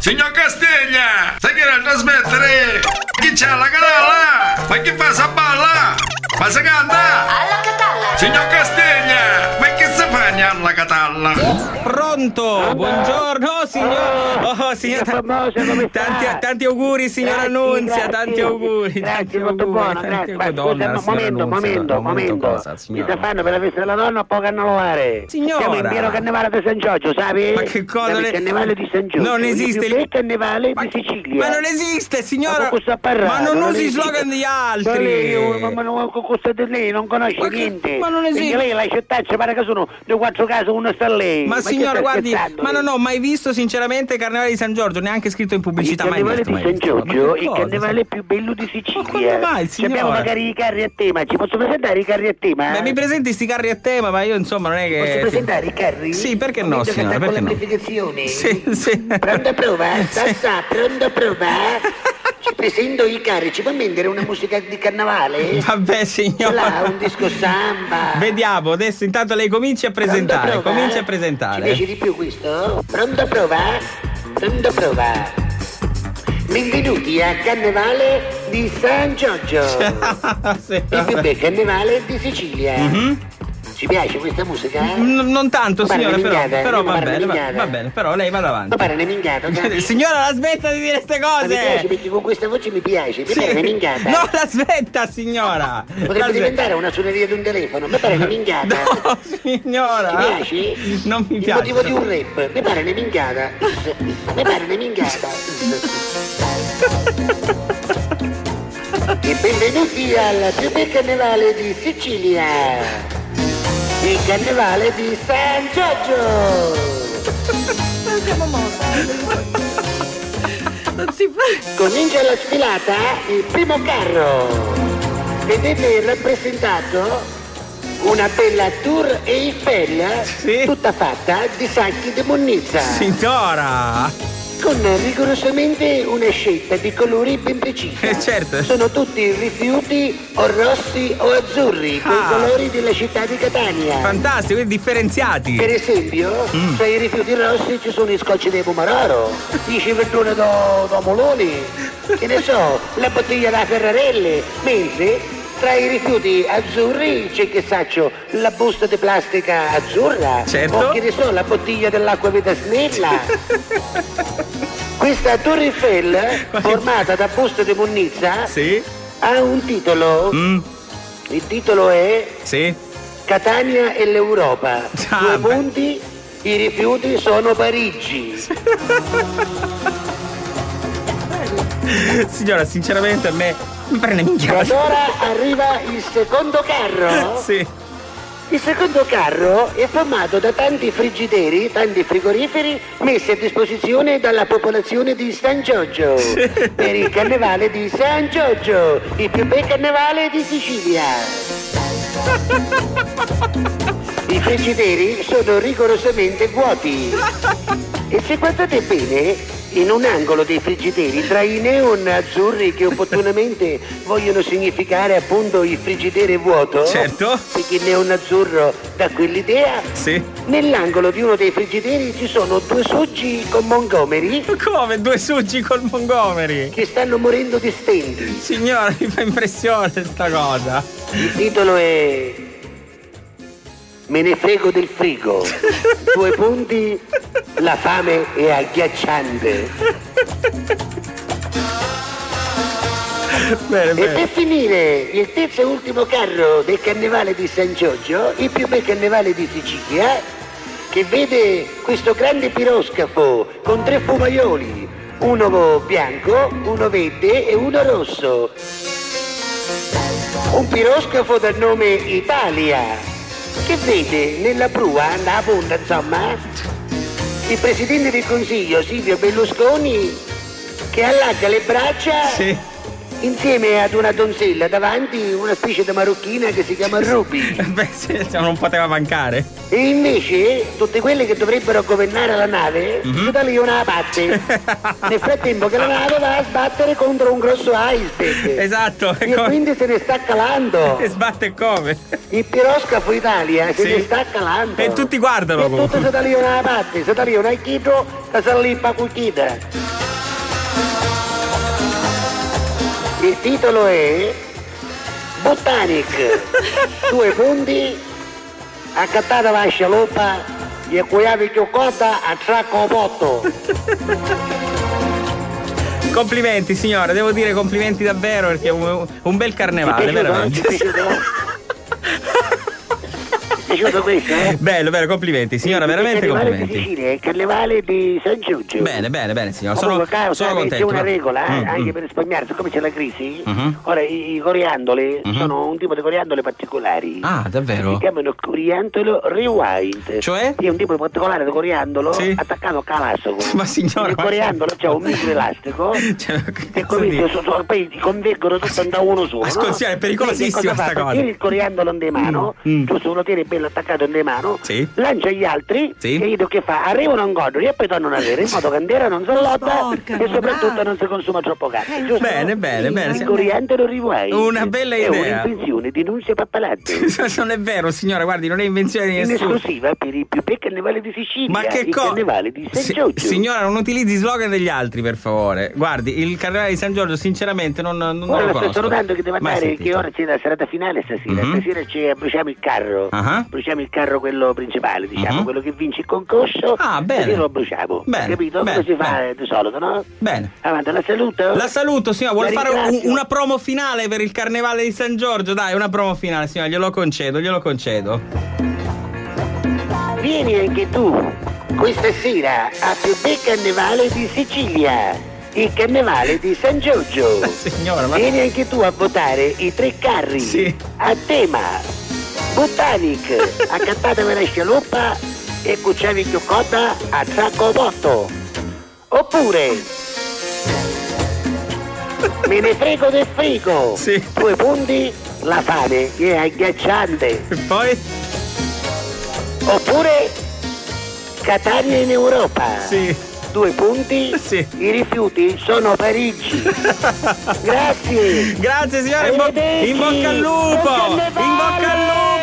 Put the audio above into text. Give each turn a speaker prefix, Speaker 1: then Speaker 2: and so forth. Speaker 1: Signor Castegna, sai che era a trasmettere? Chi c'ha la canalla? Ma chi fa sa balla? Ma si canta?
Speaker 2: Alla Catalla!
Speaker 1: Signor Castegna, ma che si fa alla catalla?
Speaker 3: Pronto? Buongiorno signor. Oh, signor
Speaker 4: Signor Formosa, come sta?
Speaker 3: tanti, tanti auguri signor
Speaker 4: Grazie,
Speaker 3: Annunzia,
Speaker 4: grazie.
Speaker 3: tanti auguri.
Speaker 4: Grazie,
Speaker 3: tanti
Speaker 4: molto
Speaker 3: auguri,
Speaker 4: buono,
Speaker 3: tanti
Speaker 4: grazie. Ma
Speaker 3: auguri. Donna,
Speaker 4: scusa, un
Speaker 3: signora Annunzia,
Speaker 4: momento, un momento, un momento.
Speaker 3: cosa,
Speaker 4: Mi
Speaker 3: signora?
Speaker 4: sta fanno per la festa della nonna poco carnevale.
Speaker 3: Signora!
Speaker 4: Siamo in pieno carnevale di San Giorgio, sapi?
Speaker 3: Ma che cosa
Speaker 4: Siamo
Speaker 3: le-
Speaker 4: Il carnevale di San Giorgio.
Speaker 3: Non esiste
Speaker 4: Il
Speaker 3: il-
Speaker 4: più bel carnevale di Sicilia.
Speaker 3: Ma non esiste, signora.
Speaker 4: eh. Ma con questa parrata,
Speaker 3: Ma non usi i
Speaker 4: esiste.
Speaker 3: slogan di
Speaker 4: Ma lei,
Speaker 3: altri.
Speaker 4: oh, ma- ma non- con questa di lei non conosce
Speaker 3: Ma che-
Speaker 4: niente.
Speaker 3: ma non esiste.
Speaker 4: Perché lei la città ci pare che sono due quattro case, uno sta a lei.
Speaker 3: Ma
Speaker 4: che
Speaker 3: signora,
Speaker 4: sta
Speaker 3: guardi,
Speaker 4: scherzando
Speaker 3: ma
Speaker 4: lei?
Speaker 3: non ho mai visto sinceramente il Carnevale di San Giorgio, neanche scritto in
Speaker 4: Il
Speaker 3: pubblicità mai
Speaker 4: carnevale
Speaker 3: visto. mai
Speaker 4: di San
Speaker 3: visto. Ma
Speaker 4: Giorgio
Speaker 3: che
Speaker 4: il
Speaker 3: cosa?
Speaker 4: carnevale più bello di
Speaker 3: Ma quando
Speaker 4: Sicilia.
Speaker 3: mai,
Speaker 4: Ci abbiamo
Speaker 3: signora?
Speaker 4: magari i carri a tema, ci posso presentare i carri a tema?
Speaker 3: Beh, mi presenti sti carri a tema, ma io insomma non è che...
Speaker 4: Posso presentare i carri?
Speaker 3: Sì, perché
Speaker 4: Ho
Speaker 3: no,
Speaker 4: visto che
Speaker 3: signora,
Speaker 4: sta
Speaker 3: perché
Speaker 4: con
Speaker 3: no?
Speaker 4: l'amplificazione.
Speaker 3: Sì, sì.
Speaker 4: Pronto a prova? Sta,
Speaker 3: Sì.
Speaker 4: sta, pronto a prova? Ci presento i carri, ci può vendere una musica di carnevale?
Speaker 3: Vabbè,
Speaker 4: Ce l'ha
Speaker 3: signora.
Speaker 4: un disco samba.
Speaker 3: Vediamo, adesso intanto lei cominci a
Speaker 4: Pronto a
Speaker 3: presentare,
Speaker 4: prova?
Speaker 3: cominci a
Speaker 4: Ci piace
Speaker 3: presentare.
Speaker 4: di più questo? Pronto a prova? Pronto a prova? Benvenuti a Carnevale di San Giorgio, il
Speaker 3: Sì,
Speaker 4: più
Speaker 3: vabbè.
Speaker 4: bel carnevale di Sicilia.
Speaker 3: Mhm.
Speaker 4: Ci piace questa musica?
Speaker 3: N- non tanto,
Speaker 4: Guarda,
Speaker 3: signora,
Speaker 4: le
Speaker 3: però,
Speaker 4: minchiate,
Speaker 3: però va
Speaker 4: guarda, le
Speaker 3: bene, va,
Speaker 4: minchiate.
Speaker 3: va bene, però lei vada
Speaker 4: Ma
Speaker 3: avanti.
Speaker 4: pare ne minchiata, dai.
Speaker 3: Signora, la smetta di dire queste
Speaker 4: Ma Ah, mi piace
Speaker 3: cose!
Speaker 4: perché con questa voce mi piace, mi pare ne minchiata.
Speaker 3: No, la smetta, signora!
Speaker 4: Potrebbe
Speaker 3: La smetta.
Speaker 4: diventare una suoneria di un telefono, mi pare ne minchiata.
Speaker 3: No, signora!
Speaker 4: Ti piace?
Speaker 3: Ah. Non mi
Speaker 4: Il
Speaker 3: piace.
Speaker 4: motivo di un rap, mi pare ne minchiata. Mi pare ne minchiata. E benvenuti al più bel carnevale di Sicilia. Il carnevale di San Giorgio.
Speaker 5: Non si fa.
Speaker 4: Comincia la sfilata il primo carro. Vedete rappresentato una bella tour e Eiffel
Speaker 3: Sì.
Speaker 4: tutta fatta di sacchi di monnezza.
Speaker 3: Signora!
Speaker 4: Con rigorosamente una scelta di colori ben precisa.
Speaker 3: Eh, certo.
Speaker 4: Sono tutti rifiuti o rossi o azzurri, quei
Speaker 3: Ah.
Speaker 4: colori della città di Catania.
Speaker 3: Fantastico, quindi
Speaker 4: per
Speaker 3: differenziati!
Speaker 4: esempio,
Speaker 3: Mm.
Speaker 4: tra i rifiuti rossi ci sono i scotch dei Pomararo, i civettoni da, da Moloni, che ne so, la bottiglia da Ferrarelle, mentre tra i rifiuti azzurri c'è che saccio la busta di plastica azzurra,
Speaker 3: Certo.
Speaker 4: o che ne so, la bottiglia dell'acqua Vetasnella. Questa Torre Eiffel, formata da buste di monnezza,
Speaker 3: Sì?
Speaker 4: ha un titolo.
Speaker 3: Mm,
Speaker 4: Il titolo è
Speaker 3: sì?
Speaker 4: Catania e l'Europa.
Speaker 3: Ah,
Speaker 4: Due
Speaker 3: beh.
Speaker 4: punti, i rifiuti sono Parigi.
Speaker 3: Signora, sinceramente a me mi prende
Speaker 4: E
Speaker 3: minchia.
Speaker 4: allora arriva il secondo carro.
Speaker 3: Sì.
Speaker 4: Il secondo carro è formato da tanti frigideri, tanti frigoriferi messi a disposizione dalla popolazione di San Giorgio per il carnevale di San Giorgio, il più bel carnevale di Sicilia. I frigideri sono rigorosamente vuoti. E se guardate bene, in un angolo dei frigideri, tra i neon azzurri che opportunamente vogliono significare appunto il frigidere vuoto,
Speaker 3: Certo.
Speaker 4: perché il neon azzurro dà quell'idea,
Speaker 3: Sì.
Speaker 4: nell'angolo di uno dei frigideri ci sono due soggi con Montgomery
Speaker 3: Come? Due succi col Montgomery?
Speaker 4: che stanno morendo di stenti.
Speaker 3: Signora, mi fa impressione sta cosa.
Speaker 4: Il titolo è Me ne frego del frigo. Due punti, la fame è agghiacciante.
Speaker 3: Bene,
Speaker 4: E per
Speaker 3: bene.
Speaker 4: finire il terzo e ultimo carro del carnevale di San Giorgio, il più bel carnevale di Sicilia, che vede questo grande piroscafo con tre fumaioli, uno bianco, uno verde e uno rosso. Un piroscafo dal nome Italia, che vede nella prua, nella punta insomma, il presidente del Consiglio Silvio Berlusconi che allarga le braccia
Speaker 3: Sì.
Speaker 4: Insieme ad una donzella davanti una specie di marocchina che si chiama Ruby.
Speaker 3: Beh, sì, cioè, non poteva mancare.
Speaker 4: E invece tutte quelle che dovrebbero governare la nave, sono da lì una parte. Nel frattempo che la nave va a sbattere contro un grosso iceberg.
Speaker 3: Esatto. E,
Speaker 4: E
Speaker 3: come-
Speaker 4: quindi se ne sta calando.
Speaker 3: e sbatte come?
Speaker 4: Il piroscafo Italia se
Speaker 3: Sì.
Speaker 4: ne sta calando.
Speaker 3: E tutti guardano
Speaker 4: E tutti
Speaker 3: comunque.
Speaker 4: se da lì una parte, se da lì una chito, se da lì pacuchita. Il titolo è Botanic. Due punti, accattata la scialoppa e cuiavi chioccota a tracco botto.
Speaker 3: Complimenti signora, devo dire complimenti davvero perché è un, un bel carnevale,
Speaker 4: Ti è
Speaker 3: veramente.
Speaker 4: piaciuto? Ti è piaciuto questo, eh?
Speaker 3: Bello, bello, complimenti signora, veramente
Speaker 4: Il carnevale di
Speaker 3: complimenti.
Speaker 4: Sicilia, è il carnevale di San Giorgio.
Speaker 3: Bene, bene, bene signora, sono,
Speaker 4: Comunque, caro,
Speaker 3: sono
Speaker 4: sai,
Speaker 3: contento.
Speaker 4: C'è una regola eh,
Speaker 3: Mm, mm.
Speaker 4: anche per risparmiare, siccome c'è la crisi,
Speaker 3: Mhm.
Speaker 4: ora i, i coriandoli
Speaker 3: Mhm.
Speaker 4: sono un tipo di coriandoli particolari.
Speaker 3: Ah,
Speaker 4: Si
Speaker 3: davvero?
Speaker 4: chiamano coriandolo rewind.
Speaker 3: Cioè?
Speaker 4: È un tipo di particolare di coriandolo
Speaker 3: Sì.
Speaker 4: attaccato a calassolo.
Speaker 3: Ma signora,
Speaker 4: Il
Speaker 3: ma-
Speaker 4: coriandolo c'ha un micro elastico.
Speaker 3: Cioè, che
Speaker 4: E
Speaker 3: cosa dici?
Speaker 4: comincia su- su- poi convergono tutti da uno solo.
Speaker 3: Ascolti,
Speaker 4: no?
Speaker 3: signora, è pericolosissima
Speaker 4: Quindi
Speaker 3: sta
Speaker 4: fa?
Speaker 3: cosa.
Speaker 4: Tieni il coriandolo in mano,
Speaker 3: Mm, mm.
Speaker 4: giusto lo tieni bello attaccato in mano,
Speaker 3: Sì.
Speaker 4: lancia gli altri
Speaker 3: Sì.
Speaker 4: e vedo che fa? Arrivano in godo e poi tornano a vedere in modo che Andera non si lotta
Speaker 5: Sporcano,
Speaker 4: e soprattutto
Speaker 5: bravo.
Speaker 4: non si consuma troppo carne.
Speaker 5: Eh,
Speaker 4: giusto?
Speaker 3: Bene, bene,
Speaker 5: Sì,
Speaker 3: bene.
Speaker 5: sì.
Speaker 4: Il
Speaker 3: signora.
Speaker 4: coriandolo rivuoi.
Speaker 3: Una bella idea.
Speaker 4: È un'invenzione di Nunzio Pappalatti.
Speaker 3: Non è vero, signora, guardi, non è invenzione di
Speaker 4: In
Speaker 3: nessuno.
Speaker 4: esclusiva per i più per carnevale di Sicilia,
Speaker 3: Ma che
Speaker 4: il
Speaker 3: cosa?
Speaker 4: carnevale di San Giorgio.
Speaker 3: Signora, non utilizzi i slogan degli altri, per favore. Guardi, il carnevale di San Giorgio, sinceramente, non, non, non
Speaker 4: Ora
Speaker 3: lo
Speaker 4: lo sto
Speaker 3: conosco.
Speaker 4: salutando che devo
Speaker 3: Mai
Speaker 4: andare,
Speaker 3: sentito.
Speaker 4: che ora c'è la serata finale stasera.
Speaker 3: Mhm.
Speaker 4: Stasera c'è, bruciamo il carro.
Speaker 3: Ah.
Speaker 4: Bruciamo il carro quello principale, diciamo,
Speaker 3: Mhm.
Speaker 4: quello che vince il concorso.
Speaker 3: Ah, bene.
Speaker 4: Stasera lo bruciamo.
Speaker 3: Bene,
Speaker 4: Capito?
Speaker 3: bene,
Speaker 4: Come si fa
Speaker 3: bene.
Speaker 4: eh, di solito, no?
Speaker 3: Bene.
Speaker 4: Avanti, la saluto.
Speaker 3: La saluto, signora. Vuole
Speaker 4: La
Speaker 3: fare un-
Speaker 4: ringrazio.
Speaker 3: una promo finale per il carnevale di San Giorgio? Dai, una promo finale, signora. Glielo concedo, glielo concedo.
Speaker 4: Vieni anche tu questa sera a più bel carnevale di Sicilia, il carnevale di San Giorgio.
Speaker 3: Signora, ma.
Speaker 4: Vieni anche tu a votare i tre carri
Speaker 3: Sì.
Speaker 4: a tema Botanic, accattata per la scialuppa e cucciavi chioccota a sacco botto. Oppure Me ne frego del frigo!
Speaker 3: Sì.
Speaker 4: Due punti, la fame che è agghiacciante!
Speaker 3: E poi?
Speaker 4: Oppure Catania in Europa.
Speaker 3: Sì.
Speaker 4: Due punti.
Speaker 3: Sì.
Speaker 4: I rifiuti sono Parigi. Grazie.
Speaker 3: Grazie, signora. In, bo- in bocca al lupo! In bocca al